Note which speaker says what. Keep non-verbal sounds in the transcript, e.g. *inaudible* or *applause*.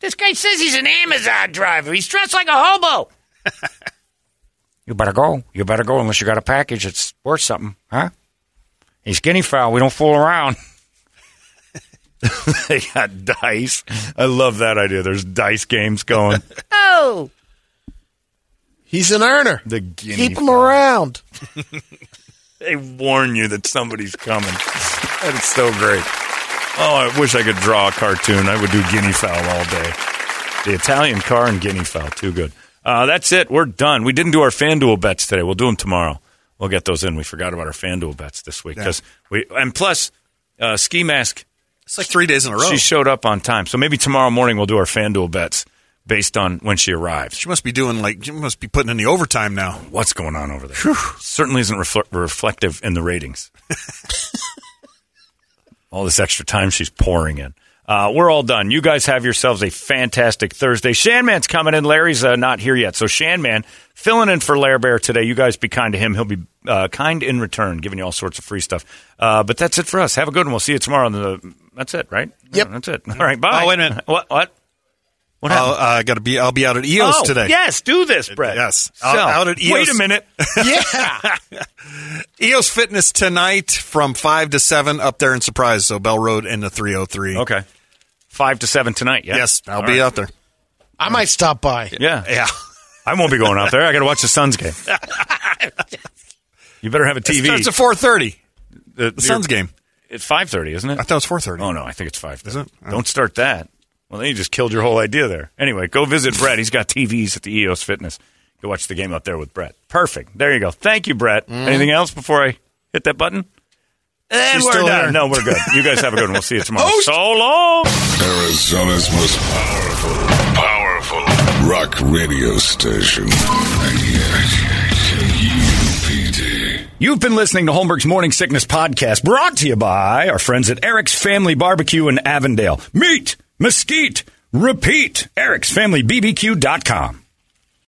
Speaker 1: This guy says he's an Amazon driver. He's dressed like a hobo.
Speaker 2: *laughs* You better go. You better go unless you got a package that's worth something, huh? He's guinea fowl. We don't fool around.
Speaker 3: *laughs* they got dice. I love that idea. There's dice games
Speaker 2: *laughs*
Speaker 3: going.
Speaker 1: Oh,
Speaker 4: He's an earner.
Speaker 3: the guinea
Speaker 4: Keep him around.
Speaker 3: They warn you that somebody's coming. that is so great. Oh, I wish I could draw a cartoon. I would do guinea fowl all day. The Italian car and guinea fowl, too good. Uh, that's it. We're done. We didn't do our FanDuel bets today. We'll do them tomorrow. We'll get those in. We forgot about our FanDuel bets this week because we and plus uh, ski mask.
Speaker 5: It's like three days in a row.
Speaker 3: She
Speaker 5: She,
Speaker 3: showed up on time, so maybe tomorrow morning we'll do our FanDuel bets based on when she arrives.
Speaker 5: must be doing like, she must be putting in the overtime now.
Speaker 3: what's going on over there. Certainly isn't refle- reflective in the ratings. all this extra time she's pouring in. Uh, we're all done. You guys have yourselves a fantastic Thursday. Shanman's coming in. Larry's uh, not here yet. So Shanman filling in for Lair Bear today. You guys be kind to him. He'll be uh, kind in return, giving you all sorts of free stuff. Uh, but that's it for us. Have a good one. We'll see you tomorrow. On the, that's it, right?
Speaker 4: Yep.
Speaker 3: That's it. All right. Bye.
Speaker 5: Oh, wait a minute.
Speaker 3: What? What? What happened?
Speaker 5: I'll, uh, gotta be, I'll be out at EOS
Speaker 3: Oh,
Speaker 5: today.
Speaker 3: Yes, do this, Brett.
Speaker 5: Yes.
Speaker 3: So,
Speaker 5: Out- out at E
Speaker 3: Wait a
Speaker 5: EOS.
Speaker 3: minute.
Speaker 5: EOS E Fitness tonight from 5 to 7 up there in Surprise. So Bell Road and the 303.
Speaker 3: Okay. Five to seven tonight. Yeah?
Speaker 5: Yes, I'll
Speaker 3: All
Speaker 5: be
Speaker 3: right.
Speaker 5: out there.
Speaker 4: I might stop by.
Speaker 3: Yeah.
Speaker 5: *laughs* Yeah.
Speaker 3: I won't be going out there. I got to watch the Suns game. you better have a TV.
Speaker 5: It's at 4.30.
Speaker 3: the,
Speaker 5: The Suns game.
Speaker 3: at five thirty, isn't it?
Speaker 5: I thought it was 4.30.
Speaker 3: Oh no, I think it's five.
Speaker 5: Is it? Oh.
Speaker 3: Don't start that. Well, then you just killed your whole idea there. Anyway, go visit Brett. He's got TVs at the EOS Fitness. Go watch the game out there with Brett. Perfect. There you go. Thank you, Brett.
Speaker 5: Mm-hmm.
Speaker 3: Anything else before I hit that button? *laughs* And
Speaker 5: She's
Speaker 3: we're
Speaker 5: still
Speaker 3: done.
Speaker 5: there.
Speaker 3: No, *laughs* we're good. You guys have a good one. We'll see you tomorrow. So long.
Speaker 6: Arizona's most powerful, powerful rock radio station. 98 KUPD.
Speaker 3: You've been listening to Holmberg's Morning Sickness Podcast, brought to you by our friends at Eric's Family Barbecue in Avondale. Meet, mesquite, repeat, ericsfamilybbq.com.